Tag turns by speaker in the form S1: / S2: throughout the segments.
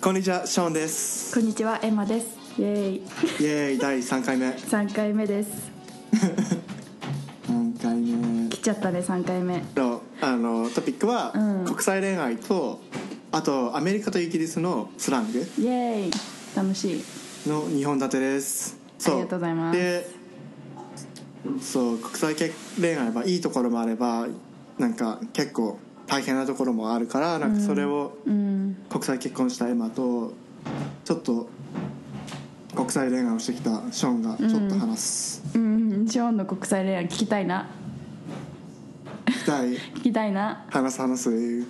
S1: こんにちはショーンです
S2: こんにちはエマですイエーイ
S1: イエーイ第3回目
S2: 3回目です
S1: 3回目
S2: 来ちゃったね3回目
S1: のあのトピックは、
S2: うん
S1: 国際恋愛とあとアメリカとイギリスのスラング
S2: イエーイ楽しい
S1: の2本立てです
S2: ありがとうございます
S1: でそう国際恋愛はいいところもあればなんか結構大変なところもあるからなんかそれを
S2: うん
S1: 国際結婚したエマとちょっと国際恋愛をしてきたショーンがちょっと話す、
S2: うんショーンの国際恋愛聞きたいな
S1: 聞きたい
S2: 聞きたいな
S1: 話す話す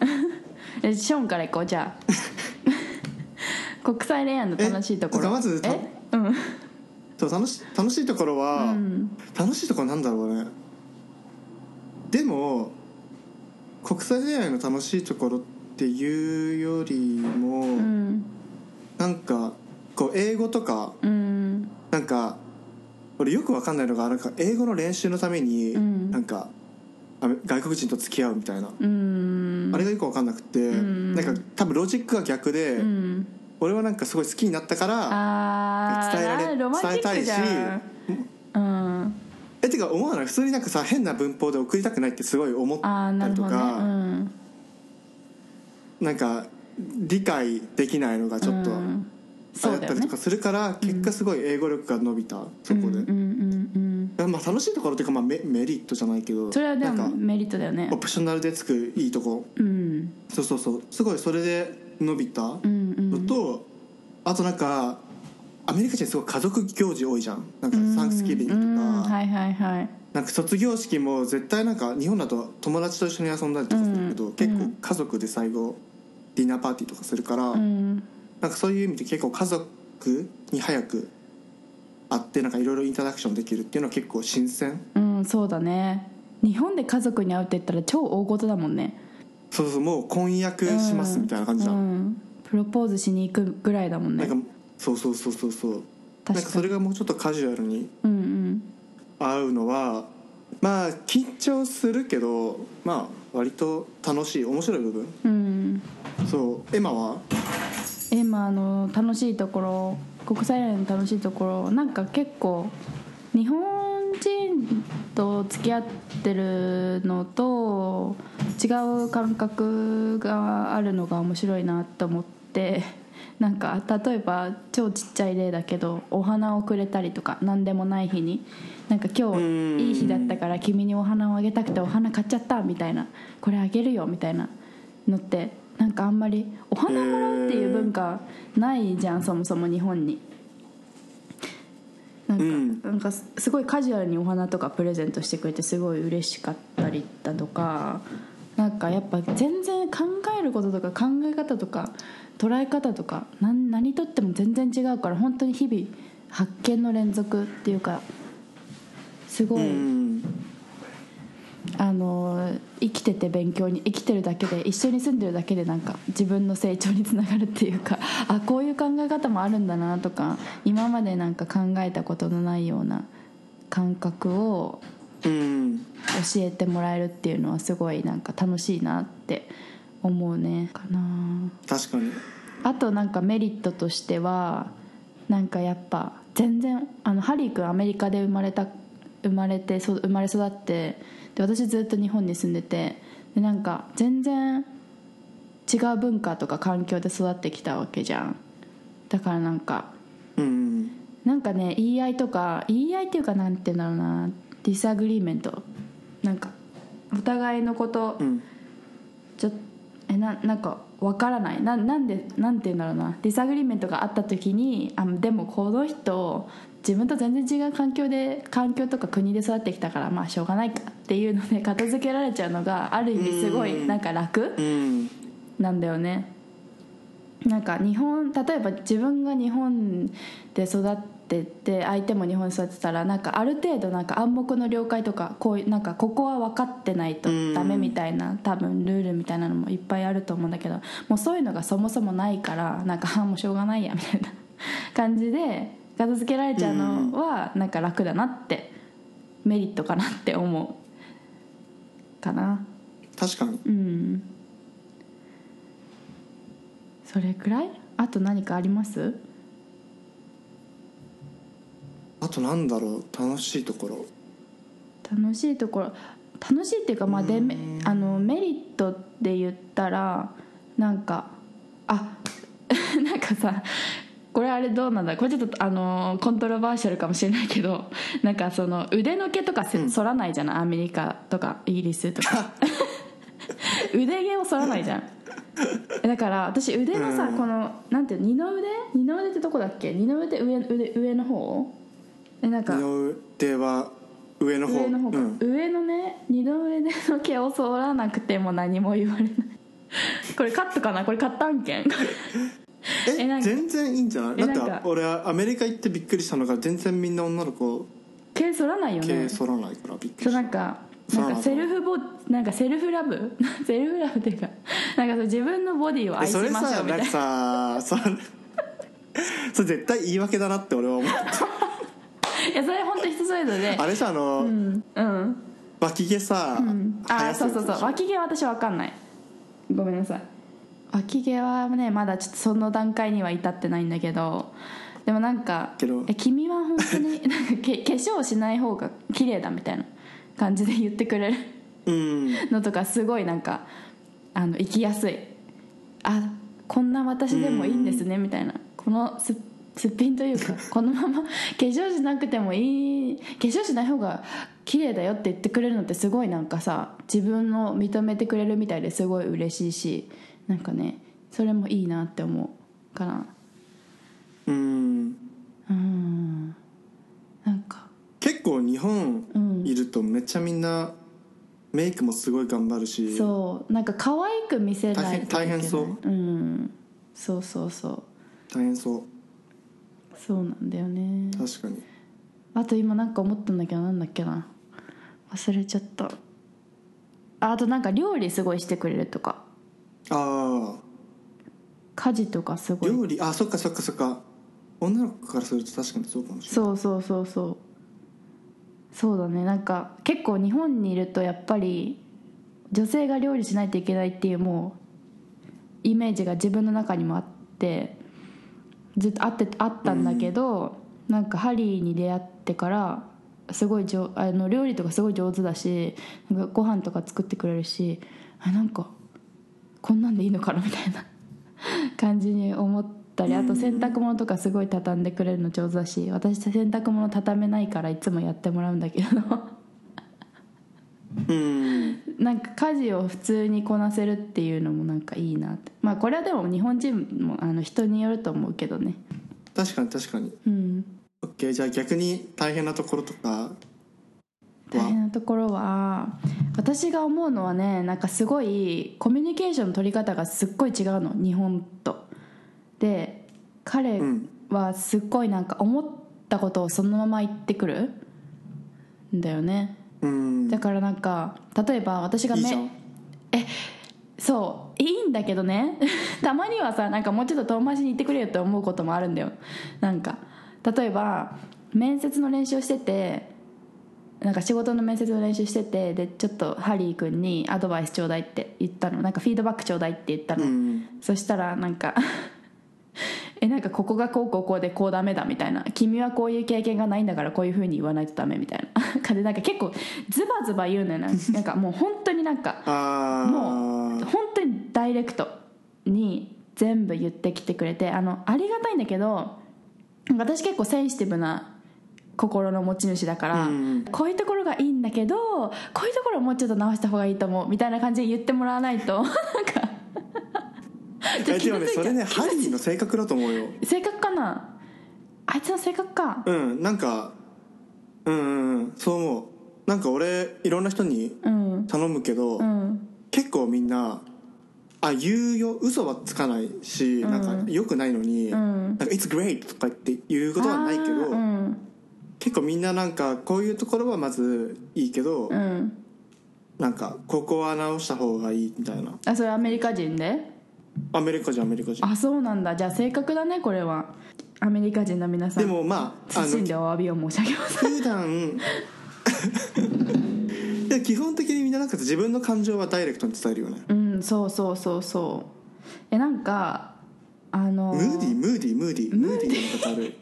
S2: えショーンから行こうじゃ あ国際恋愛の楽しいとこ
S1: え
S2: ろ
S1: まず
S2: えうん
S1: そう楽し楽しいところは、
S2: うん
S1: 楽しいところなんだろうねでも国際恋愛の楽しいところっていうよりも、
S2: うん
S1: なんかこう英語とか
S2: うん
S1: なんか俺よくわかんないのがなんか英語の練習のために、
S2: うん
S1: なんかあ外国人と付き合うみたいな、
S2: うん
S1: あれがよくわかんなくて、
S2: ん
S1: なんか多分ロジックが逆で、
S2: うん
S1: 俺はなんかすごい好きになったから
S2: あー
S1: 伝えられ
S2: あーロマンチックじゃんうん
S1: えてか思わない普通になんかさ変な文法で送りたくないってすごい思っ
S2: あーな
S1: たり
S2: る
S1: と
S2: ほどね
S1: か
S2: うん
S1: なんか理解できないのがちょっと
S2: う
S1: あ
S2: んそ
S1: や
S2: う
S1: っ
S2: だ
S1: た
S2: よ
S1: り
S2: ね
S1: とかするから結果すごい英語力が伸びたそこ
S2: うんう
S1: で
S2: んうん
S1: まあ楽しいところっていうかまあメメリットじゃないけ
S2: う
S1: ど
S2: んそれはで
S1: な
S2: も
S1: んか
S2: メリットだよね
S1: オプショナルでつくいいとこ
S2: うん
S1: そうそうそうすごいそれで伸びたの
S2: うんうん
S1: とあとなんかアメリカ人すごい家族行事多いじゃんなんかサンクスギビングと
S2: うん
S1: か
S2: はいはいはい
S1: なんか卒業式も絶対なんか日本だと友達と一緒に遊んだりとかするけど、
S2: うん
S1: 結
S2: う
S1: 構
S2: ん
S1: 家族で最後ディナーパーティーとかするから、
S2: うん
S1: なんかそういう意味で結構家族に早く会ってなんかいろいろインタラクションできるっていうのは結構新鮮
S2: うんそうだね日本で家族に会うって言ったら超大事だもんね
S1: そうそうもう婚約しますみたいな感じじゃん、
S2: うんプロポーズしに行くぐらいだもんね
S1: なんかそうそうそうそうそうなんか
S2: 確
S1: そ
S2: かに
S1: れがもうちょっとカジュアルに
S2: うん
S1: 会うのはまあ緊張するけどまあ割と楽しい面白い部分
S2: うんうん
S1: そうエマは
S2: えまああの楽しいところ国際恋愛の楽しいところなんか結構日本人と付き合ってるのと違う感覚があるのが面白いなと思って なんか例えば超ちっちゃい例だけどお花をくれたりとか何でもない日になんか今
S1: うん
S2: 日いい日だったから君にお花をあげたくてお花買っちゃったみたいなこれあげるよみたいなのってなんかあんまりお花もらうっていう文化ないじゃんそもそも日本になんか,、
S1: うん
S2: なんかすすごいカジュアルにお花とかプレゼントしてくれてすごい嬉しかったりだとかなんかやっぱ全然考えることとか考え方とか捉え方とか何何とっても全然違うから本当に日々発見の連続っていうかすご
S1: う
S2: い、
S1: ん
S2: あの生きてて勉強に生きてるだけで一緒に住んでるだけでなんか自分の成長につながるっていうかあこういう考え方もあるんだなとか今までなんか考えたことのないような感覚を
S1: うん
S2: 教えてもらえるっていうのはすごいなんか楽しいなって思うねかな
S1: 確かに
S2: あとなんかメリットとしてはなんかやっぱ全然あのハリー君アメリカで生まれた生まれてそう生まれ育ってで私ずっと日本に住んでてでなんか全然違う文化とか環境で育ってきたわけじゃんだからなんか
S1: うん
S2: なんかね言い合いとか言い合いっていうかなんて言うんだろうなディスアグリーメントなんかお互いのこと
S1: うん
S2: ちょえななんかわからないななんでなんて言うんだろうなディサグリーメントがあった時にあでもこの人自分と全然違う環境で環境とか国で育ってきたからまあしょうがないかっていうので片付けられちゃうのがある意味すご
S1: う
S2: い
S1: ん
S2: なんか楽
S1: うん
S2: なんだよねなんか日本例えば自分が日本で育ってて相手も日本で育ってたらなんかある程度なんか暗黙の了解とかこういうなんかここは分かってないと
S1: うん
S2: ダメみたいな多分ルールみたいなのもいっぱいあると思うんだけどもうそういうのがそもそもないからなんかあもうしょうがないやみたいな 感じで片付けられちゃうのはなんか楽だなってメリットかなって思うかな。
S1: 確かに
S2: うんそれくらいああと何かあります
S1: あとなんだろう楽しいところ
S2: 楽しいところ楽しいっていうか、まあ、デメ
S1: うん
S2: あのメリットで言ったらなんかあ なんかさこれあれどうなんだこれちょっとあのコントロバーシャルかもしれないけどなんかその腕の毛とかせ
S1: うん
S2: 剃らないじゃない、アメリカとかイギリス とか腕毛を剃らないじゃんだから私腕のさ、
S1: うん
S2: このなんていうの二の腕二の腕ってどこだっけ二の腕上腕上の方えなんか
S1: 二の腕は上の方
S2: 上の方か、
S1: うん、
S2: 上のね二の腕の毛を剃らなくても何も言われない これカットかなこれカット案件
S1: え
S2: えなんか
S1: 全然いいんじゃない
S2: え
S1: だ
S2: なん
S1: っ
S2: か
S1: て俺はアメリカ行ってびっくりしたのが全然みんな女の子
S2: 毛剃らないよ
S1: 毛
S2: ね
S1: 剃らないからびっくり
S2: そう
S1: し
S2: な
S1: た
S2: んか
S1: そうな
S2: な
S1: んの
S2: かセルフボなんかセルフラブ セルフラブっていうかなんかそう自分のボディを
S1: え
S2: 愛し
S1: それ
S2: ましょ
S1: さ
S2: うみ
S1: な
S2: たい
S1: んかさ
S2: な
S1: それそれ絶対言い訳だなって俺は 思った
S2: いやそれ本当人それぞれで
S1: あれさあの、
S2: うんうん、
S1: 脇毛さ、
S2: うん、
S1: 生
S2: あ
S1: やす
S2: そ
S1: や
S2: う
S1: つ
S2: そうそう脇毛は私わかんないごめんなさい脇毛はねまだちょっとその段階には至ってないんだけどでもなんか
S1: けど
S2: え君は本当になんかけ化粧しない方が綺麗だみたいな感じで言ってくれる
S1: うん
S2: のとかすごいなんかあの生きやすいあこんな私でもいいんですねみたいなこのすすっぴんとい うかこのまま化粧しなくてもいい化粧しない方が綺麗だよって言ってくれるのってすごいなんかさ自分を認めてくれるみたいですごい嬉しいしなんかねそれもいいなって思うから
S1: うん
S2: うんなんか
S1: 結構日本
S2: うん
S1: いるとめっちゃみんなメイクもすごい頑張るし
S2: そうなんか可愛く見せないといけない、
S1: 大変大変そうん
S2: そうそうそう
S1: 大変そ
S2: そうなんだよね
S1: う確かに
S2: あと今なんか思ったんだけどなんだっけな忘れちゃったああとなんか料理すごいしてくれるとか
S1: あ
S2: 家事とかす
S1: あ
S2: ごい
S1: 料理あそっかそっかそっか女の子からすると確かにそうかもしれない
S2: そうそうそうそうそうだねなんか結構日本にいるとやっぱり女性が料理しないといけないっていうもうイメージが自分の中にもあってずっとあってあったんだけど、なんかハリーに出会ってからすごいじょあの料理とかすごい上手だしなんかご飯とか作ってくれるしあなんかこんなんでいいのかなみたいな 感じに思ったりあと洗濯物とかすごい畳んでくれるの上手だし私洗濯物畳めないからいつもやってもらうんだけど
S1: うん
S2: なんか家事を普通にこなせるっていうのもなんかいいなってまあこれはでも日本人もあの人によると思うけどね
S1: 確かに確かに
S2: うん
S1: オッケーじゃあ逆に大変なところとか
S2: 大変なところは私が思うのはねなんかすごいコミュニケーションの取り方がすっごい違うの日本と。で彼
S1: うん
S2: はすっごいなんか思ったことをそのまま言ってくるんだよね。
S1: うん
S2: だからなんか例えば私が
S1: いい
S2: め
S1: じゃん
S2: そういいんだけどね たまにはさなんかもうちょっと遠回しに言ってくれよって思うこともあるんだよなんか例えば面接の練習をしててなんか仕事の面接の練習しててでちょっとハリー君にアドバイスちょうだいって言ったのなんかフィードバックちょうだいって言ったの、
S1: うん
S2: そしたらなんか えなんかここがこうこうこうでこうダメだみたいな君はこういう経験がないんだからこういうふうに言わないとダメみたいな感じでなんか 結構ズバズバ言うのよなんか なんかもう本当になんか
S1: ああ
S2: もう本当にダイレクトに全部言ってきてくれてあのありがたいんだけどなんか私結構センシティブな心の持ち主だから、
S1: うん
S2: こういうところがいいんだけどこういうところをもうちょっと直した方がいいと思うみたいな感じで言ってもらわないと なんかちょ
S1: え
S2: っと気
S1: でも
S2: が
S1: ね
S2: ついち
S1: そ
S2: ゃ
S1: れ
S2: う
S1: ねハリーの性格だと思うよ
S2: 性格かなあいつの性格か
S1: うんなんかうんうんうんそう思うなんか俺いろんな人に
S2: うん
S1: 頼むけど、
S2: うん
S1: 結構みんなあ言うよ嘘はつかないし、
S2: うん
S1: なんかよくないのに「
S2: う
S1: なん
S2: ん
S1: か It's great」とか言って言うことはないけ
S2: あー
S1: ど、
S2: うん
S1: 結構みんななんかこういうところはまずいいけど、
S2: うん
S1: なんかここは直した方がいいみたいな
S2: あそれアメリカ人で
S1: アメリカ人アメリカ人
S2: あそうなんだじゃあ正確だねこれはアメリカ人の皆さん
S1: でもまああ
S2: 謹んで
S1: の
S2: お詫びを申し上げます
S1: 普段 で基本的にみんななんか自分の感情はダイレクトに伝えるよね
S2: うんそうそうそうそうえなんかあの
S1: ムーディームーディームーディームーディーな の方ある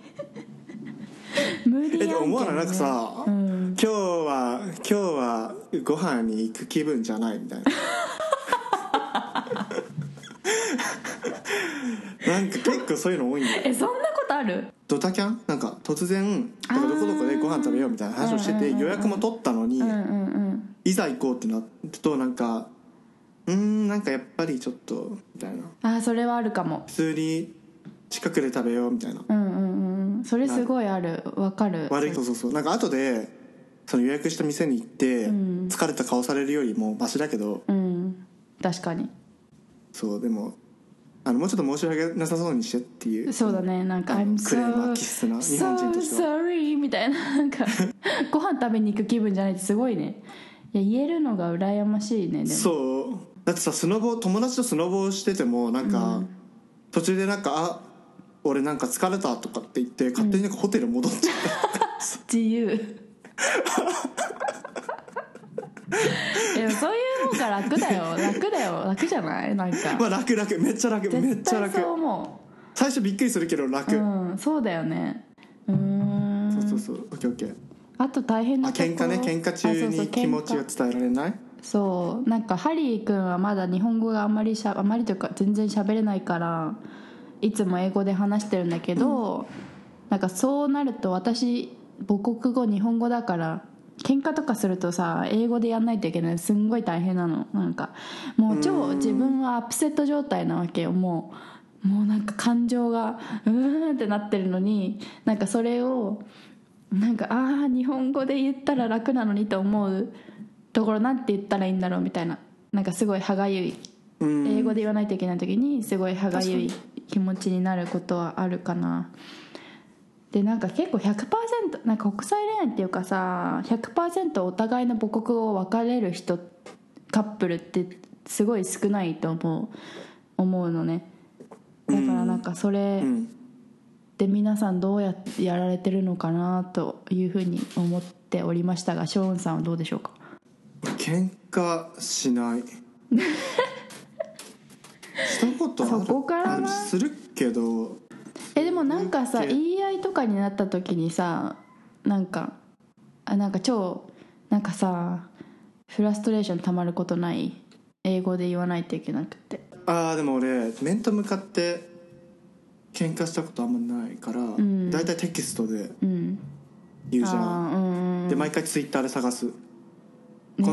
S2: ムーディー
S1: えでも思わないな
S2: 案
S1: んか
S2: 件ね
S1: さ、
S2: うん
S1: 今日は今日はご飯に行く気分じゃないみたい ななんか結構そういうの多いんだよ
S2: えそんなことある
S1: ドタキャンなんか突然
S2: あ
S1: な
S2: ー
S1: んかどこどこでご飯食べようみたいな話をしてて
S2: うんうんうんうん
S1: 予約も取ったのに、
S2: うんうんうん
S1: いざ行こうってなるとなんかうーんなんかやっぱりちょっとみたいな
S2: あーそれはあるかも
S1: 普通に近くで食べようみたいな
S2: うんうんうんそれすごいあるわかる
S1: 悪いそうそうそうなんか後でその予約した店に行って
S2: うん
S1: 疲れた顔されるよりもマシだけど
S2: うん確かに
S1: そうでもあのもうちょっと申し訳なさそうにしてっていう
S2: そうだねなんか
S1: あの
S2: I'm
S1: クレーマー
S2: so
S1: 気質な日本人として
S2: so sorry みたいななん かご飯食べに行く気分じゃないってすごいねいや言えるのが羨ましいねでも
S1: そうだってさスノボ友達とスノボをしててもなんか、途中でなんか「あ俺なんか疲れた」とかって言って勝手になんかホテル戻 っちゃった、
S2: 自 由でもそういう方が楽だよ楽だよ楽じゃないなんか、
S1: まあ楽楽めっちゃ楽めっ
S2: 絶
S1: ちゃ
S2: 対
S1: 楽
S2: そう思
S1: 最初びっくりするけど楽、
S2: う、うん、そうだよねうーん
S1: そうそうそうオッケーオッケー
S2: あと大変
S1: あ
S2: なとこ
S1: 喧嘩ね喧嘩中
S2: あそうそう
S1: に気持ちが伝えられない
S2: そうなんかハリー君はまだ日本語があんまりしゃあまりというか全然喋れないからいつも英語で話してるんだけど、なんかそうなると私母国語日本語だから喧嘩とかするとさ英語でやんないといけないすんごい大変なのなんかもう超自分はアップセット状態なわけよもうもうなんか感情がうーんってなってるのになんかそれをなんかああ日本語で言ったら楽なのにと思うところなんて言ったらいいんだろうみたいななんかすごい歯がゆい
S1: うん
S2: 英語で言わないといけない時にすごい歯がゆい
S1: 確
S2: 気持ちになることはあるかなでなんか結構100%なんか国際恋愛っていうかさ100%お互いの母国語を分かれる人カップルってすごい少ないと思う思うのねだからなんかそれ
S1: うん
S2: で皆さんどうやってやられてるのかなというふうに思っておりましたがショーンさんはどうでしょうか
S1: 喧嘩しない したことある
S2: そこからな
S1: するけど
S2: えでもなんかさ
S1: うん
S2: 言い合いとかになった時にさなんかあなんか超なんかさフラストレーションたまることない英語で言わないといけなくて
S1: ああでも俺面と向かって喧嘩したことあんまないから
S2: ん
S1: 大体、テキストで
S2: うん
S1: 言う
S2: あ
S1: じゃん
S2: ーうん
S1: で毎回ツイッターで探すこ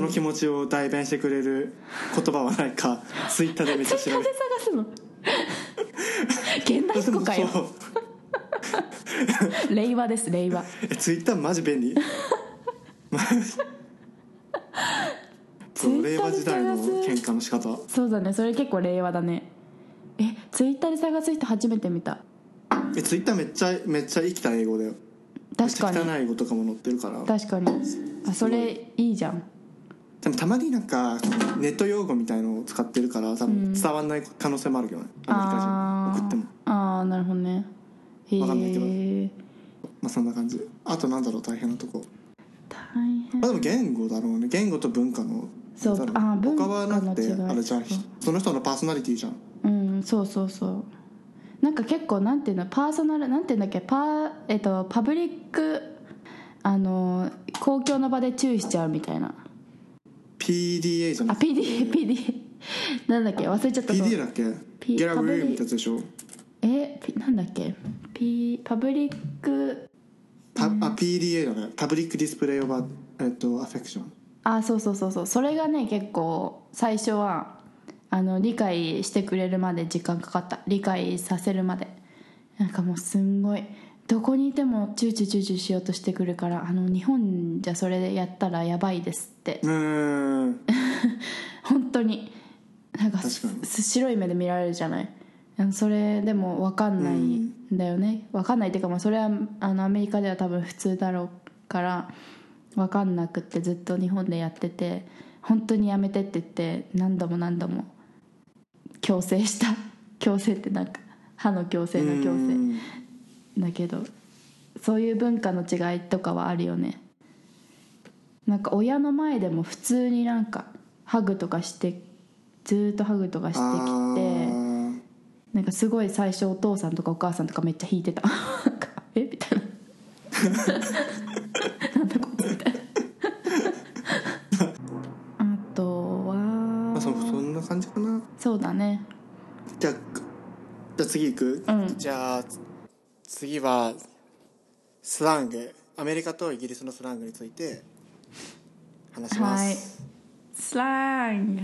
S1: の気持ちを代弁してくれる言葉はないかツイッターでめっちゃ調
S2: なん
S1: べ
S2: で
S1: る
S2: 探すの 現代っ子かよ
S1: そう
S2: 令和です令和
S1: えツイッターマジ便利マジそう令和時代の喧嘩の仕方
S2: そうだねそれ結構令和だねえツイッターで探す人初めて見た
S1: えツイッターめっちゃめっちゃ生きた英語だよめっ
S2: 確
S1: ちゃ
S2: かに
S1: 汚い英語とかも載ってるから
S2: 確かにあそれいいじゃん
S1: でもたまになんかネット用語みたいのを使ってるから多分伝わんない可能性もあるけどね、アメリカ
S2: あ
S1: 人送っても
S2: あーあーなるほどねへ
S1: わかんないけど
S2: え
S1: まあそんな感じあとなんだろう大変なとこ
S2: 大
S1: まあ
S2: 変
S1: でも言語だろうね言語と文化の
S2: そう
S1: だろ
S2: あ文化
S1: 他
S2: の
S1: はなくて
S2: 違い
S1: あれじゃんその人のパーソナリティじゃん
S2: うんそうそうそうなんか結構なんていうのパーソナルなんていうんだっけパ,、えっと、パブリックあの公共の場で注意しちゃうみたいな
S1: PDA じゃ
S2: あ
S1: なくて
S2: PDA PDA なんだっけ忘れちゃったそう
S1: PDA だっけ
S2: P-
S1: ゲラブルームっ
S2: パブリ
S1: てやつでしょ
S2: えピなんだっけ、P、パブリック
S1: パあ PDA だねパブリックディスプレイオーバーえっとアフェクション
S2: あそうそうそうそうそれがね結構最初はあの理解してくれるまで時間かかった理解させるまでなんかもうすんごいどこにいてもチューチューチューチューしようとしてくるからあの日本じゃそれでやったらやばいですって
S1: うーん
S2: 本当になんかす
S1: 確かに
S2: す白い目で見られるじゃないあのそれでも分かんないんだよね分かんないっていうかまあそれはあのアメリカでは多分普通だろうから分かんなくってずっと日本でやってて本当にやめてって言って何度も何度も強制した強制ってなんか歯の矯正の
S1: う
S2: 矯
S1: ん
S2: 正だけどそういう文化の違いとかはあるよねなんか親の前でも普通になんかハグとかしてずーっとハグとかして
S1: あ
S2: きて
S1: ー
S2: なんかすごい最初お父さんとかお母さんとかめっちゃ引いてたなんか「え みたいな「なんだこいつ」みたいなあとは、
S1: まあ、そそんな感じかな
S2: そうだね
S1: じゃあじゃあ次行く、
S2: うん
S1: じゃあ次はスラングアメリカとイギリスのスラングについて話します、
S2: スラング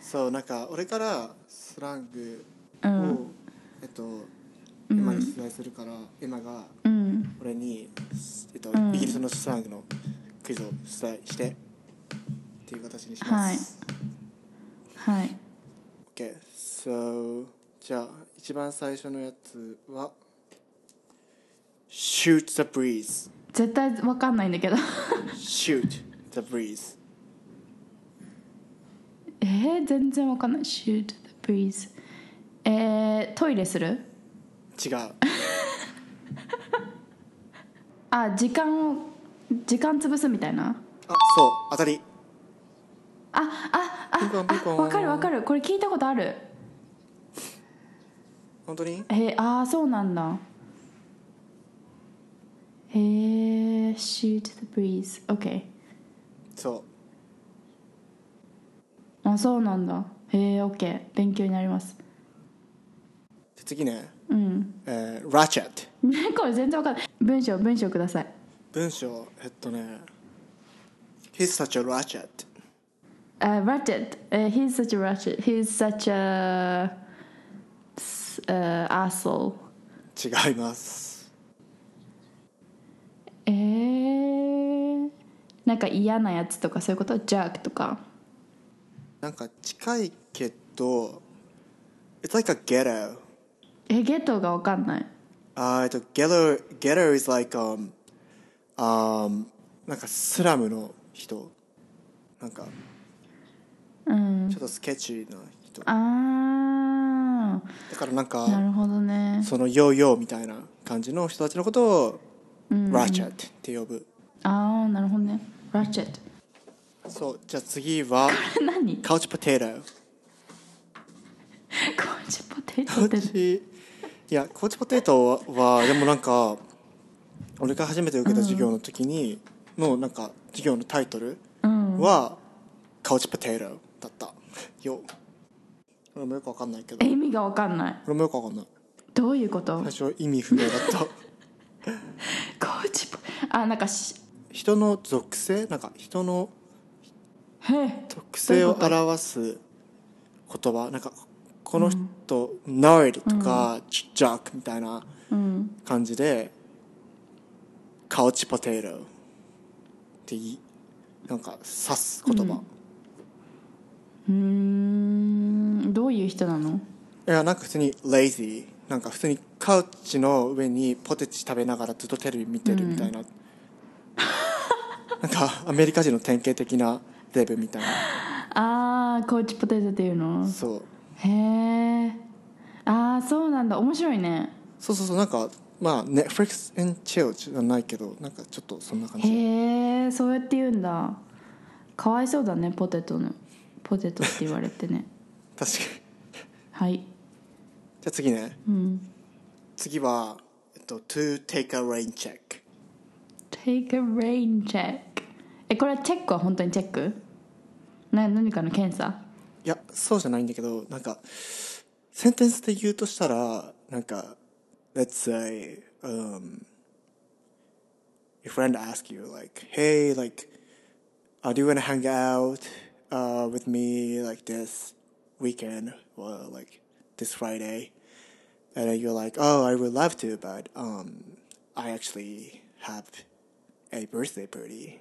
S1: そうなんか俺からスラング
S2: う
S1: を、
S2: ん
S1: えっと
S2: うん
S1: 今に出題するから、今が
S2: うん
S1: 俺に、えっと
S2: うん
S1: イギリスのスラングのクイズを出題してっていう形にします、
S2: はい
S1: OK so じゃあ一番最初のやつは Shoot the breeze
S2: 絶対わかんないんだけど
S1: Shoot the breeze
S2: えー、全然わかんない「shoot the breeze」えー、トイレする
S1: 違 う
S2: あ時間を時間潰すみたいな
S1: あそう当たり
S2: ああ
S1: ピンポン
S2: あ
S1: ピンポ
S2: あ
S1: ン
S2: わかるわかるこれ聞いたことある
S1: 本当に
S2: えー、ああそうなんだへえー、shoot the breeze OK
S1: そ
S2: あそうなんだへえー、OK 勉強になります
S1: うで次ね、
S2: うん
S1: えー、Ratchet
S2: ねこれ全然わかんない文章文章ください
S1: 文章えっとね He's such a ratchet
S2: あ、ratchet、え he's such a ratchet he's such a、uh, asshole
S1: 違います
S2: えー、なんか嫌なやつとかそういうこと jerk とか
S1: なんか近いけど It's like a ghetto
S2: えゲットがわかんない
S1: あーえっと ghetto ghetto is like um um なんかスラムの人なんか
S2: うん
S1: ちょっとスケッチーな人だ
S2: あ
S1: からなんか
S2: あなるほどね
S1: そのヨーヨーみたいな感じの人たちのことを ratchet って呼ぶ
S2: ああなるほどね ratchet
S1: そうじゃあ次は
S2: 何こ
S1: couch potato
S2: っちポテ
S1: こ
S2: ト
S1: っ
S2: って
S1: ち いやコーチポテトはでもなんか俺が初めて受けた授業の時に、のなんか授業のタイトルは、カウチポテトだったよ俺もよくわかんないけど
S2: え意味がわかんない
S1: 俺もよくわかんない
S2: どういうこと
S1: 最初意味不明だった
S2: こっちポあなんかし
S1: 人の属性なんか人の
S2: へえ
S1: 属性を表す言葉なんかこの人、ナイルとか、ジャックみたいな
S2: うん
S1: 感じで「カウチポテト」っていなんか指す言葉、
S2: うーんどういう人なの
S1: いやなんか普通に「lazy」なんか普通にカウチの上にポテチ食べながらずっとテレビ見てるみたいな、なんかアメリカ人の典型的なデブみたいな
S2: ああこっちポテトっていうの
S1: そう
S2: へえああそうなんだ面白いね
S1: そうそうそうなんかまあ Netflix and chill じゃないけどなんかちょっとそんな感じ
S2: へえそうやって言うんだかわいそうだねポテトのポテトって言われてね
S1: 確かに
S2: はい
S1: じゃあ次ね
S2: うん
S1: 次は、えっと、to take a rain check
S2: Take a rain check えこれはチェックは本当にチェックな何かの検査
S1: いやそうじゃないんだけどなんかセンテンスで言うとしたらなんか Let's say、um, your friend ask you like Hey like、uh, do you wanna hang out、uh, with me like this weekend or like this Friday and then you're like Oh I would love to but um, I actually have a birthday party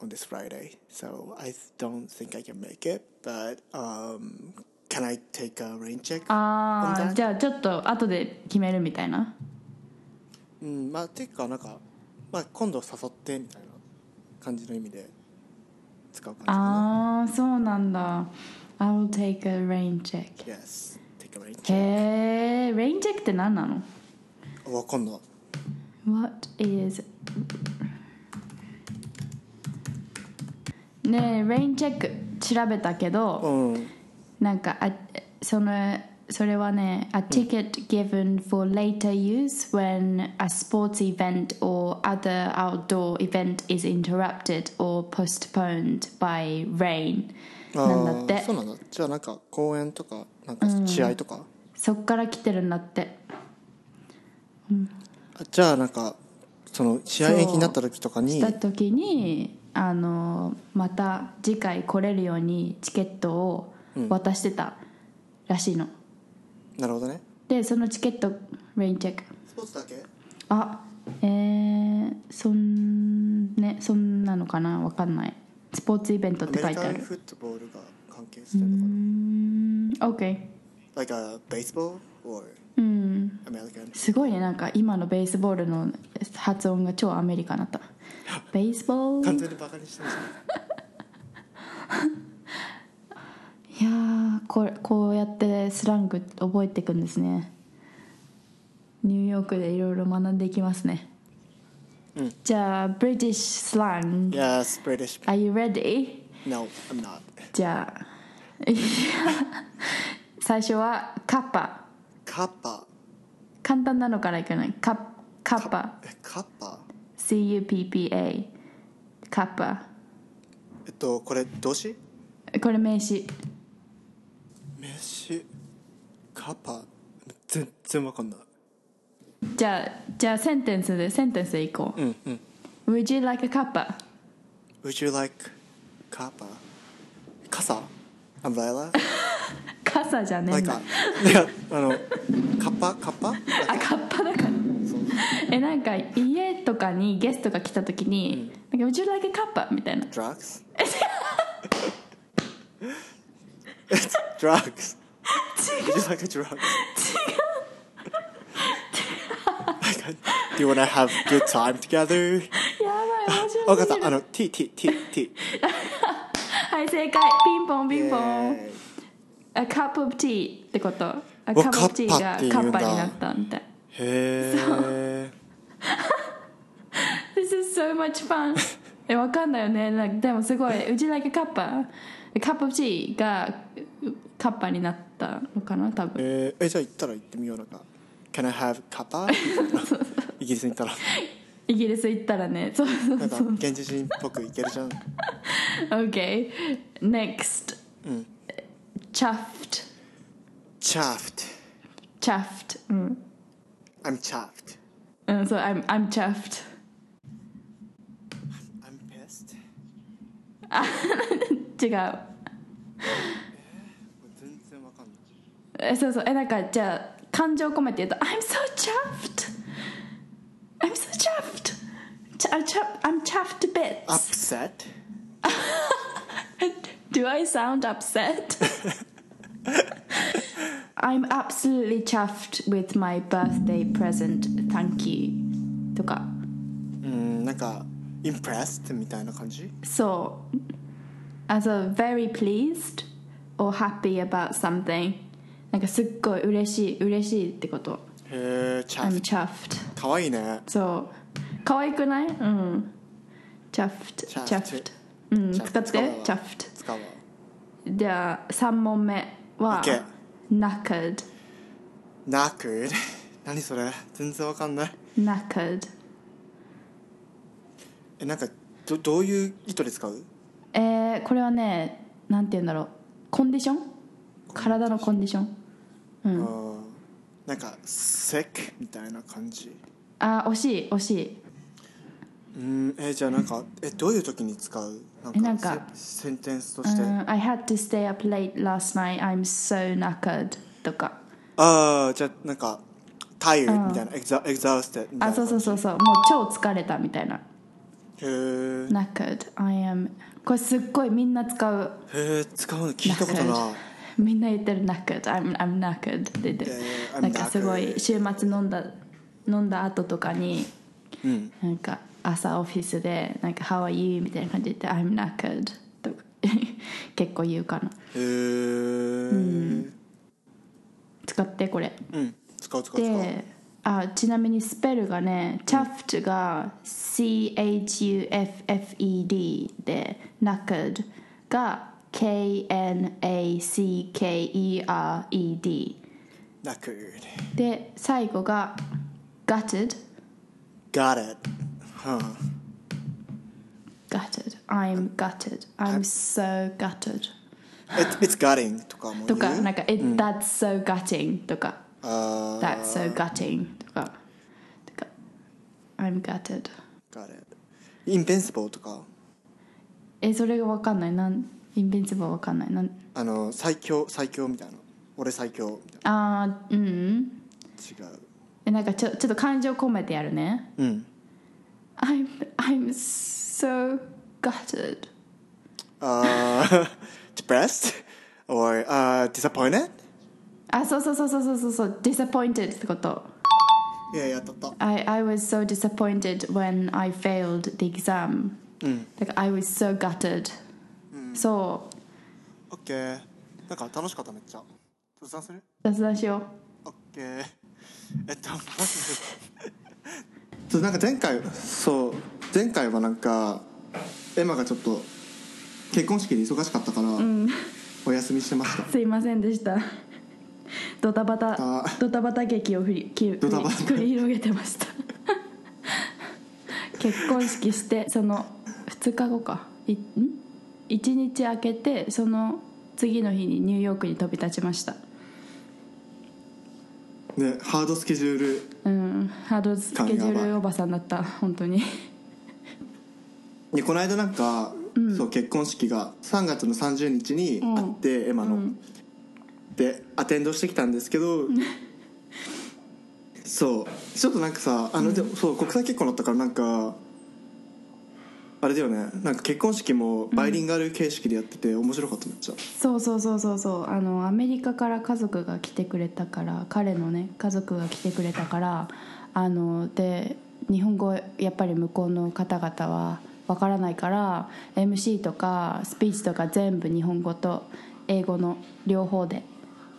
S1: on this Friday, so I don't think I can make it. But um, can I take a rain check?
S2: あ
S1: 本当
S2: あ
S1: だ
S2: じゃあちょっと後で決めるみたいな
S1: うん、まあていうかなんか、まあ今度誘ってみたいな感じの意味で使う感じかな。
S2: ああそうなんだ I'll take a rain check
S1: Yes, take a rain check.
S2: へえレインチェックって何なの
S1: わかんない。
S2: What is ねえレインチェック調べたけど、
S1: うん、
S2: なんかあそのそれはね、a ticket given for later use when a sports event or other outdoor event is interrupted or postponed by rain なんだって
S1: あーそうなんだじゃあなんか公園とかなんか試合とか、
S2: そっから来てるんだって
S1: あじゃあなんかその試合延期になった時とかに
S2: した時にあのまた次回来れるようにチケットを渡してたらしいの、
S1: なるほどね
S2: でそのチケットレインチェック
S1: スポーツだけ
S2: あえー、そんねそんなのかなわかんないスポーツイベントって書いてある
S1: フットボールが関係してるのか
S2: うーん OK
S1: Like a baseball or
S2: うん
S1: American?
S2: すごいねなんか今のベースボールの発音が超アメリカンだったベースボール
S1: 完全にバカにしてるじゃん。
S2: いやーこれこうやってスラング覚えていくんですねニューヨークでいろいろ学んでいきますね、
S1: うん
S2: じゃあ British slang
S1: Yes, British.
S2: Are you ready?
S1: No, I'm not.
S2: じゃあいや最初はカッパ
S1: カッパ。
S2: 簡単なのからいかないカッカッパ
S1: え、カッパ
S2: CUPPA カッパ
S1: えっと、これ動詞
S2: これ名詞
S1: 飯。カッパ。全然わかんない。
S2: じゃあじゃあセンテンスでセンテンスでいこう、
S1: うんうん。
S2: Would you like a cuppa?
S1: Would you like カッパ傘 ?umbrella?
S2: 傘じゃね
S1: な
S2: え
S1: んんか
S2: だ、
S1: いや、あの、カッパカッパ
S2: あカッパだからえなんか家とかにゲストが来た時に「なんか Would you like a cuppa?」みたいな
S1: ?drugs? It's drugs. Would you like a drug? Like, Do you wanna have good time together?
S2: やば い面白い
S1: わかった、あの、T, T, T, T.
S2: はい正解ピンポンピンポン A cup of tea ってこと A cup
S1: わカ
S2: of
S1: ッパってい
S2: tea
S1: うんだ
S2: がカッパになったみたい
S1: へー
S2: This is so much fun えわかんないよねなんかでもすごい Would you like a cuppa? A cup of tea がカッパになったのかな多分
S1: えー、え、じゃあ行ったら行ってみようなんか。Can I have カ パイギリスに行ったら、
S2: イギリス行ったらねそう そう
S1: なんか、現地人っぽく行けるじゃん。
S2: Okay next、Chuffed
S1: Chaffed.
S2: Chuffed うん
S1: I'm chaffed.
S2: うん、そう Mm. I'm, I'm chuffed
S1: I'm pissed. 全
S2: 違う
S1: 然わかんない。
S2: えそうそうえなんかじゃあ感情込めて言うと I'm so chuffed I'm so chuffed Ch- I'm chuffed, I'm chuffed to bits
S1: Upset?
S2: Do I sound upset? I'm absolutely chuffed with my birthday present Thank you とか
S1: うん、なんか、impressed みたいな感じ
S2: そうあそう very pleased or happy about something なんかすっごい嬉しい嬉しいってこと
S1: へー、chaffed
S2: I'm。chuffed
S1: かわいいね。
S2: そう可愛くないうんチャフトチ
S1: Chuffed
S2: ャフトうん
S1: チャフ
S2: 使って
S1: 使うわ
S2: チャフト
S1: 使うわ。
S2: じゃあ3問目は
S1: Okay
S2: knackered
S1: Knackered? 何それ全然わかんない。
S2: knackered
S1: え、なんか、どどういう意図で使う
S2: えー、これはねなんて言うんだろうコンディション体のコンディション
S1: うんなんか sick みたいな感じ
S2: あー惜しい惜しい
S1: うんえじゃあなんかえどういう時に使うなんか
S2: えなんか
S1: セセンテンスと
S2: う
S1: して、あ
S2: ん I had to stay up late last night I'm so knackered とか
S1: あーじゃあなんか tired みたいな、exa- exhausted みたいな
S2: あそうそう
S1: う
S2: そうそうもう超疲れたみたいな
S1: へ
S2: knackered I am これすっごいみんな使う
S1: え使うの聞いたことない
S2: みんな言ってる knackered I'm, I'm knackered って言ってる
S1: Yeah, I'm
S2: なんかすごい
S1: knackered.
S2: 週末飲んだ飲んだ後とかに、なんか朝オフィスでなんか How are you? みたいな感じで言って I'm knackered とか 結構言うかな
S1: へえ、
S2: 使ってこれ
S1: うん使う使う使う
S2: であちなみにスペルがね chuffed が CHUFFED で knackered が KNACKERED
S1: Knackered.
S2: で最後が gutted
S1: Got it. Huh.
S2: gutted I'm gutted I'm so gutted
S1: It, it's gutting とかも
S2: とか
S1: 言う
S2: なんか it that's so gutting とか
S1: あ
S2: that's so gutting とかとか I'm gutted
S1: ー Got it. Invincible とか
S2: えそれがわかんないなんインベンツバーわかんないなん
S1: あの最強最強みたいな俺最強みた
S2: あーうんうん
S1: いな違う
S2: えなんかちょちょっと感情込めてやるね
S1: うん
S2: I'm I'm so gutted
S1: あー depressed or、uh, disappointed
S2: あそうそうそうそうそうそうそう disappointed ってこと
S1: いやいや当たった
S2: I, I was so disappointed when I failed the exam. Like I was so gutted. So
S1: オッケーなんか楽しかっためっちゃ雑談する
S2: 雑談しよ
S1: オッケー えっと そうなんか前回そう前回はなんかエマがちょっと結婚式で忙しかったから、お休みしてました
S2: う。すいませんでした。ドタバタ
S1: あ
S2: ドタバタ劇を振りき
S1: ドタバタ
S2: 繰り広げてました。 結婚式してその2日後かいん1日空けてその次の日にニューヨークに飛び立ちました。
S1: ねハードスケジュール
S2: うん、ハードスケジュールおばさんだった本当に。
S1: でこの間なんか、そう結婚式が3月の30日にあって、エマの、でアテンドしてきたんですけ どそうちょっとなんかさあの、でもそう国際結婚だったからなんかあれだよねなんか結婚式もバイリンガル形式でやってて面白かっためっちゃ、
S2: そうそうそうそうそうあのアメリカから家族が来てくれたから彼のね家族が来てくれたからあので日本語やっぱり向こうの方々はわからないから MC とかスピーチとか全部日本語と英語の両方で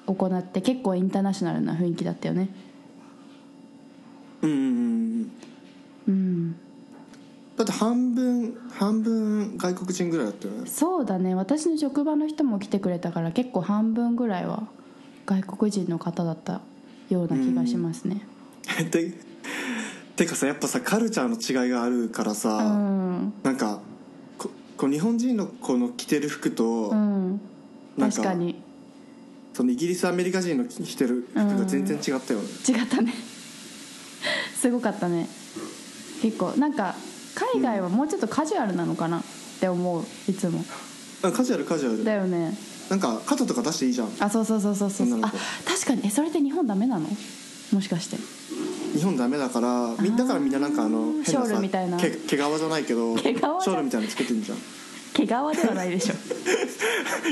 S2: 行って結構インターナショナルな雰囲気だったよね
S1: うんうんうんうん
S2: うん
S1: だって半分半分外国人ぐらいだったよね
S2: そうだね私の職場の人も来てくれたから結構半分ぐらいは外国人の方だったような気がしますね
S1: ててかさやっぱさカルチャーの違いがあるからさ、
S2: うん
S1: なんかここう日本人のこの着てる服と、
S2: うん、
S1: なんか
S2: 確かに
S1: そのイギリスアメリカ人の着てる服が全然違ったよね、
S2: 違ったねすごかったね結構なんか海外はもうちょっとカジュアルなのかなって思ういつも
S1: なんかカジュアルカジュアル
S2: だよね
S1: なんか肩とか出していいじゃん
S2: あそうそうそうそうそう
S1: 女の
S2: あ
S1: 子
S2: 確かにえそれって日本ダメなのもしかして
S1: 日本ダメだからみだからみんななんかあの変なさ
S2: ショールみたいな
S1: け毛皮じゃないけど
S2: 毛皮じゃ
S1: ショールみたいなのつけてんじゃ ん
S2: 毛皮ではないでしょ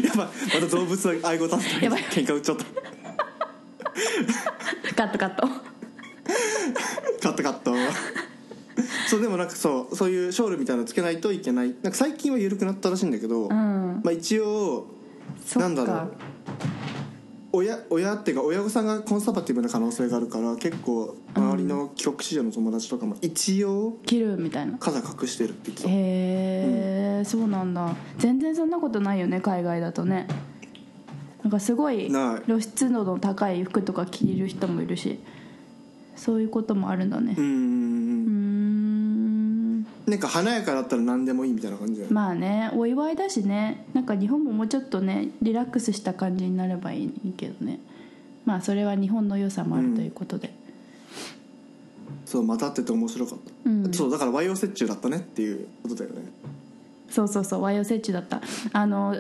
S1: やばいまた動物の愛護立てた
S2: やばい
S1: 喧嘩売っちゃった
S2: カットカット
S1: カットカ ットそうでもなんかそうそういうショールみたいなのつけないといけないなんか最近は緩くなったらしいんだけど、
S2: う
S1: ま
S2: ん
S1: あ一応
S2: そっ
S1: なんだろ
S2: か
S1: う親親っていうか親御さんがコンサバティブな可能性があるから結構周りの帰国子女の友達とかも一応
S2: 切るみたいな
S1: 肩隠してるって言って
S2: へ
S1: た
S2: え、そうなんだ全然そんなことないよね海外だとねなんかすごい
S1: ない
S2: 露出度の高い服とか着る人もいるしそういうこともあるんだね
S1: うー
S2: うんーん
S1: なんか華やかだったら何でもいいみたいな感じだよね
S2: まあねお祝いだしねなんか日本ももうちょっとねリラックスした感じになればいいけどねまあそれは日本の良さもあるということで、
S1: そうまたってて面白かった、
S2: うん
S1: そうだから和洋折衷だったねっていうことだよね
S2: そうそうそう和洋折衷だったあの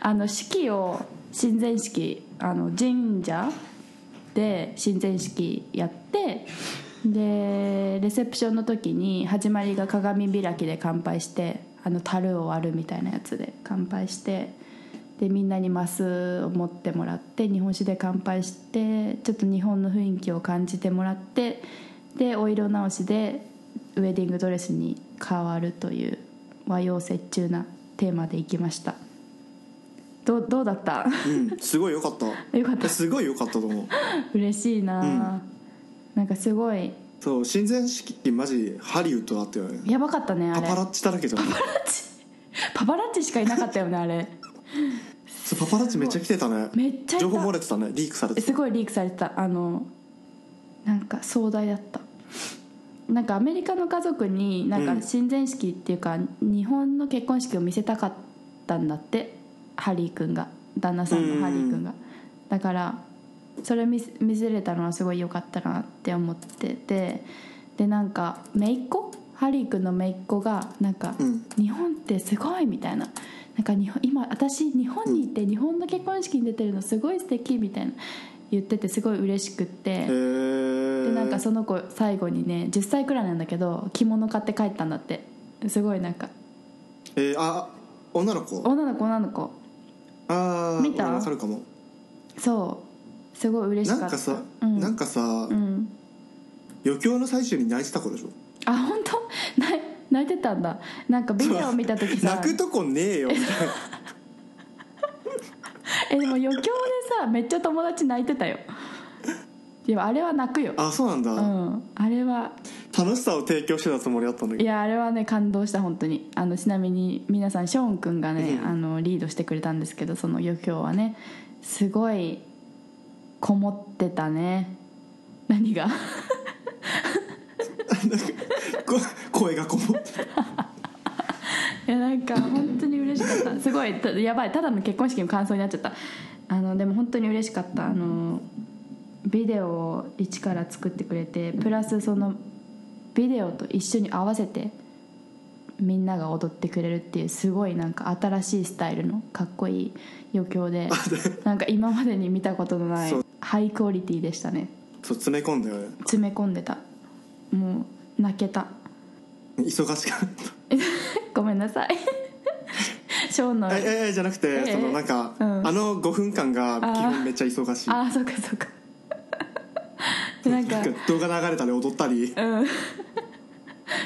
S2: あの式を神前式あの神社で神前式やってでレセプションの時に始まりが鏡開きで乾杯してあの樽を割るみたいなやつで乾杯してでみんなにマスを持ってもらって日本酒で乾杯してちょっと日本の雰囲気を感じてもらってでお色直しでウェディングドレスに変わるという和洋折衷なテーマでいきましたどうどうだった
S1: うんすごい良かった
S2: よかった
S1: えすごい良かったと思う
S2: 嬉しいな、なんかすごい
S1: そう親善式マジハリウッドだったよね
S2: やばかったねあ
S1: パ
S2: れ
S1: パラッチだらけじゃん
S2: パパラッチしかいなかったよねあれ
S1: そそうパパラッチめっちゃ来てたね
S2: めっちゃいた
S1: 情報漏れてたねリークされてた
S2: すごいリークされてたあのなんか壮大だったなんかアメリカの家族になん
S1: うん
S2: か親善式っていうか、日本の結婚式を見せたかったんだってハリー君が旦那さんのハリー君が、だからそれ見せ見せれたのはすごい良かったなって思っててでなんか姪っ子ハリー君の姪っ子がなんか、
S1: うん
S2: 日本ってすごいみたいななんか日本今私日本にいて日本の結婚式に出てるのすごい素敵みたいな言っててすごい嬉しくって
S1: へえ
S2: でなんかその子最後にね10歳くらいなんだけど着物買って帰ったんだってすごいなんか
S1: えー、あ女の子
S2: 女の子女の子
S1: ああ
S2: 見た
S1: わかるかも
S2: そうすごい嬉し
S1: な
S2: かった
S1: んかさ、
S2: うん、
S1: なんかさ、
S2: うん
S1: 余興の最中に泣いてた子でしょ
S2: あ本当泣い泣いてたんだなんかビデオ見た時さ
S1: 泣くとこねえよみたいな
S2: えでも余興でさめっちゃ友達泣いてたよいやあれは泣くよ
S1: あそうなんだ、
S2: うんあれは
S1: 楽しさを提供してたつもりだったんだけ
S2: い
S1: ど
S2: やあれはね感動した本当にあのちなみに皆さんショーン君がね、
S1: うん
S2: あのリードしてくれたんですけどその余興はねすごいこもってたね何が
S1: こ声がこもって
S2: いやなんか本当に嬉しかったすごいたやばいただの結婚式の感想になっちゃったあのでも本当に嬉しかったあのビデオを一から作ってくれてプラスそのビデオと一緒に合わせてみんなが踊ってくれるっていうすごいなんか新しいスタイルのかっこいい余興でなんか今までに見たことのない
S1: そう
S2: ハイクオリティでしたね
S1: そう詰め込んだよね
S2: 詰め込んでたもう泣けた
S1: 忙しかった
S2: ごめんなさい ショーンの
S1: えええじゃなくて、
S2: ええ
S1: そのなんか、
S2: うん
S1: あの5分間が基本めっちゃ忙しい
S2: ああそうかそ うかでなんか
S1: なんか動画流れたり踊ったり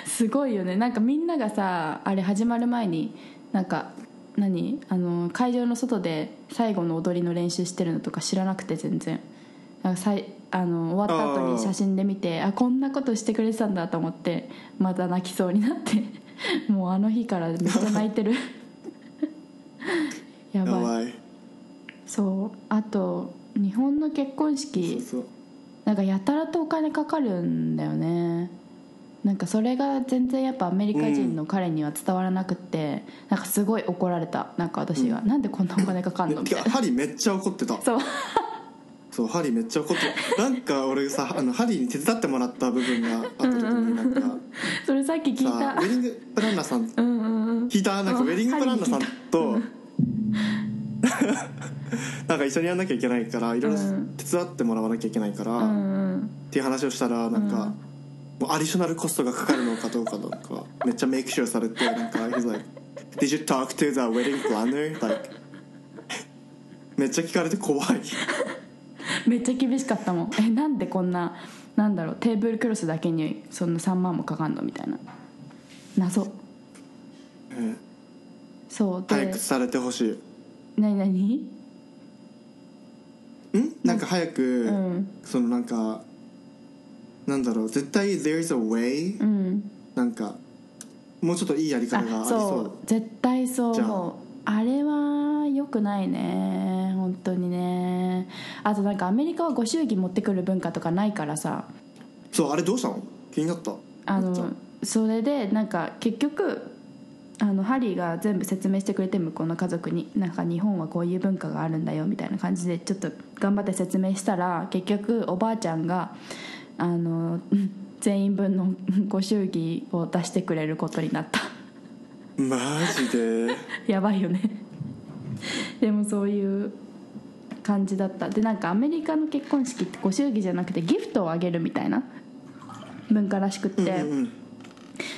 S2: すごいよねなんかみんながさあれ始まる前になんか何あの会場の外で最後の踊りの練習してるのとか知らなくて全然なんかさいあの終わった後
S1: あ
S2: に
S1: ー
S2: 写真で見てあこんなことしてくれてたんだと思ってまた泣きそうになって もうあの日からめっちゃ泣い てるや
S1: や
S2: ばい
S1: ばい
S2: そうあと日本の結婚式
S1: そうそう
S2: なんかやたらとお金かかるんだよねなんかそれが全然やっぱアメリカ人の彼には伝わらなくって、なんかすごい怒られたなんか私が、なんでこんなお金かかんのみ
S1: で
S2: たいな
S1: ハリーめっちゃ怒ってた
S2: そう
S1: そうハリーめっちゃ怒ってたなんか俺さあのハリーに手伝ってもらった部分があった時になんか
S2: それさっき聞い
S1: さ
S2: た
S1: ウェディングプランナーさん
S2: うんうんうん
S1: 聞いたなんか
S2: う
S1: ウ
S2: ん
S1: ェディングプランナーさんと なんか一緒にやんなきゃいけないからいろいろ
S2: うん
S1: 手伝ってもらわなきゃいけないから、
S2: う
S1: っ
S2: んうん
S1: ていう話をしたらなんか、もうアディショナルコストがかかるのかどうかなんかめっちゃメイクシューされてなんか he's like Did you talk to the wedding planner? Like めっちゃ聞かれて怖い
S2: めっちゃ厳しかったもんえなんでこんななんだろうテーブルクロスだけにそんな3万もかかんのみたいな謎
S1: うん
S2: そう
S1: 早
S2: で
S1: くされてほしい
S2: 何何
S1: んなんか早く、
S2: うん
S1: そのなんかなんだろう絶対 there's a way、
S2: うん
S1: なんかもうちょっといいやり方がありそう
S2: う絶対そう
S1: じゃ
S2: 思うあれは良くないね本当にねあとなんかアメリカはご祝儀持ってくる文化とかないからさ
S1: そうあれどうしたの気になった
S2: あ
S1: めっちゃ
S2: のそれでなんか結局あのハリーが全部説明してくれて向こうの家族になんか日本はこういう文化があるんだよみたいな感じでちょっと頑張って説明したら結局おばあちゃんがあのうん全員分のうんご祝儀を出してくれることになった。
S1: マジで
S2: やばいよねでもそういう感じだったでなんかアメリカの結婚式ってご祝儀じゃなくてギフトをあげるみたいな文化らしくって、
S1: うんうん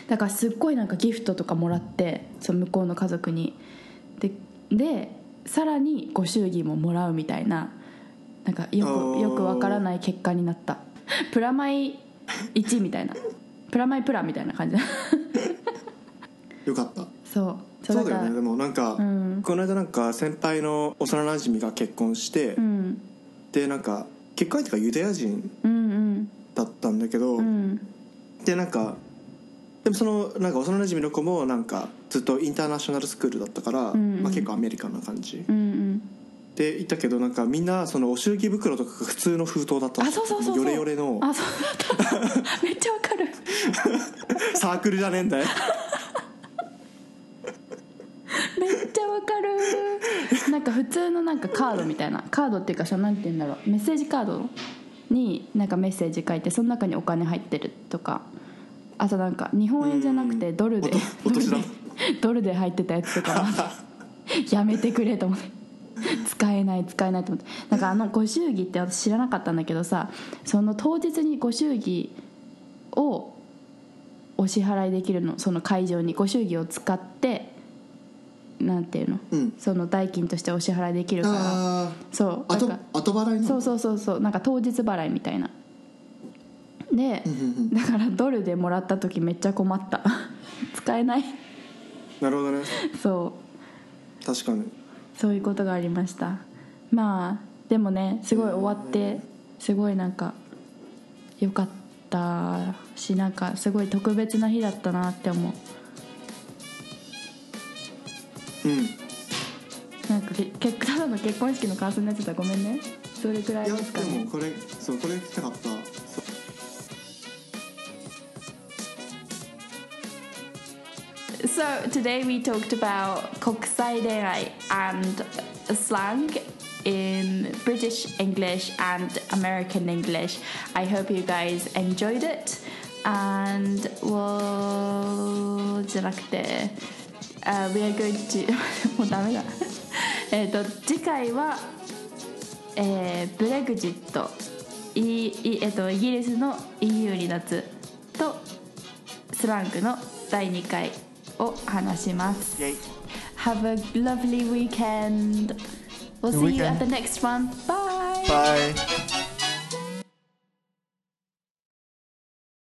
S2: だからすっごいなんかギフトとかもらってその向こうの家族にででさらにご祝儀ももらうみたいななんかよ
S1: おー
S2: くよくわからない結果になったプラマイ1みたいなプラマイプラみたいな感じ
S1: よかった
S2: そう
S1: そうだ
S2: か
S1: よ
S2: ら
S1: ねでもなんか、
S2: うん
S1: この間なんか先輩の幼なじみが結婚して、
S2: うん
S1: でなんか結婚相手がユダヤ人
S2: うん
S1: だったんだけど、
S2: うんうん
S1: でなんかでもそのなんか幼なじみの子もなんかずっとインターナショナルスクールだったから、
S2: うんうん
S1: まあ、結構アメリカンな感じ
S2: うんうん
S1: っていたけどなんかみんなそのお祝儀袋とかが普通の封筒だった
S2: あそうそうそうそう
S1: ヨレヨレの
S2: あそうだっためっちゃ わかる
S1: サークルじゃねえんだよ
S2: めっちゃわかるなんか普通のなんかカードみたいなカードっていうかさなんて言うんだろうメッセージカードになんかメッセージ書いてその中にお金入ってるとかあとなんか日本円じゃなくてドルで
S1: うんおとお年
S2: ド
S1: 玉
S2: ルで ドルで入ってたやつと かやめてくれと思って使えない使えないと思ってなんかあのご祝儀って私知らなかったんだけどさその当日にご祝儀をお支払いできるのその会場にご祝儀を使ってなんていうの、
S1: うん
S2: その代金としてお支払いできるから
S1: あ
S2: そう
S1: あ
S2: なん
S1: 後
S2: か
S1: 後払いなの
S2: そうそうそうそうなんか当日払いみたいなで
S1: うんうんうん
S2: だからドルでもらった時めっちゃ困った 使えない
S1: なるほどね
S2: そう
S1: 確かに
S2: そういうことがありましたまあでもねすごい終わってすごいなんか良かったしなんかすごい特別な日だったなって思う
S1: うん
S2: なんかけ結ただの結婚式の感想になっちゃったらごめんねそれくら
S1: い
S2: い
S1: や
S2: ですか
S1: でも
S2: ね
S1: これそうこれ聞きたかったそう
S2: So today we talked about 国際恋愛 and slang in British English and American English. I hope you guys enjoyed it. And well, じゃなくて、uh, we are going to もうダメだ。えっと次回は、えー、ブレグジット、イイえっとイギリスの EU 離脱とスラングの第2回を話します。
S1: イェイ
S2: Have a lovely weekend. We'll
S1: Good
S2: see you
S1: weekend.
S2: at the next one. Bye.
S1: バイ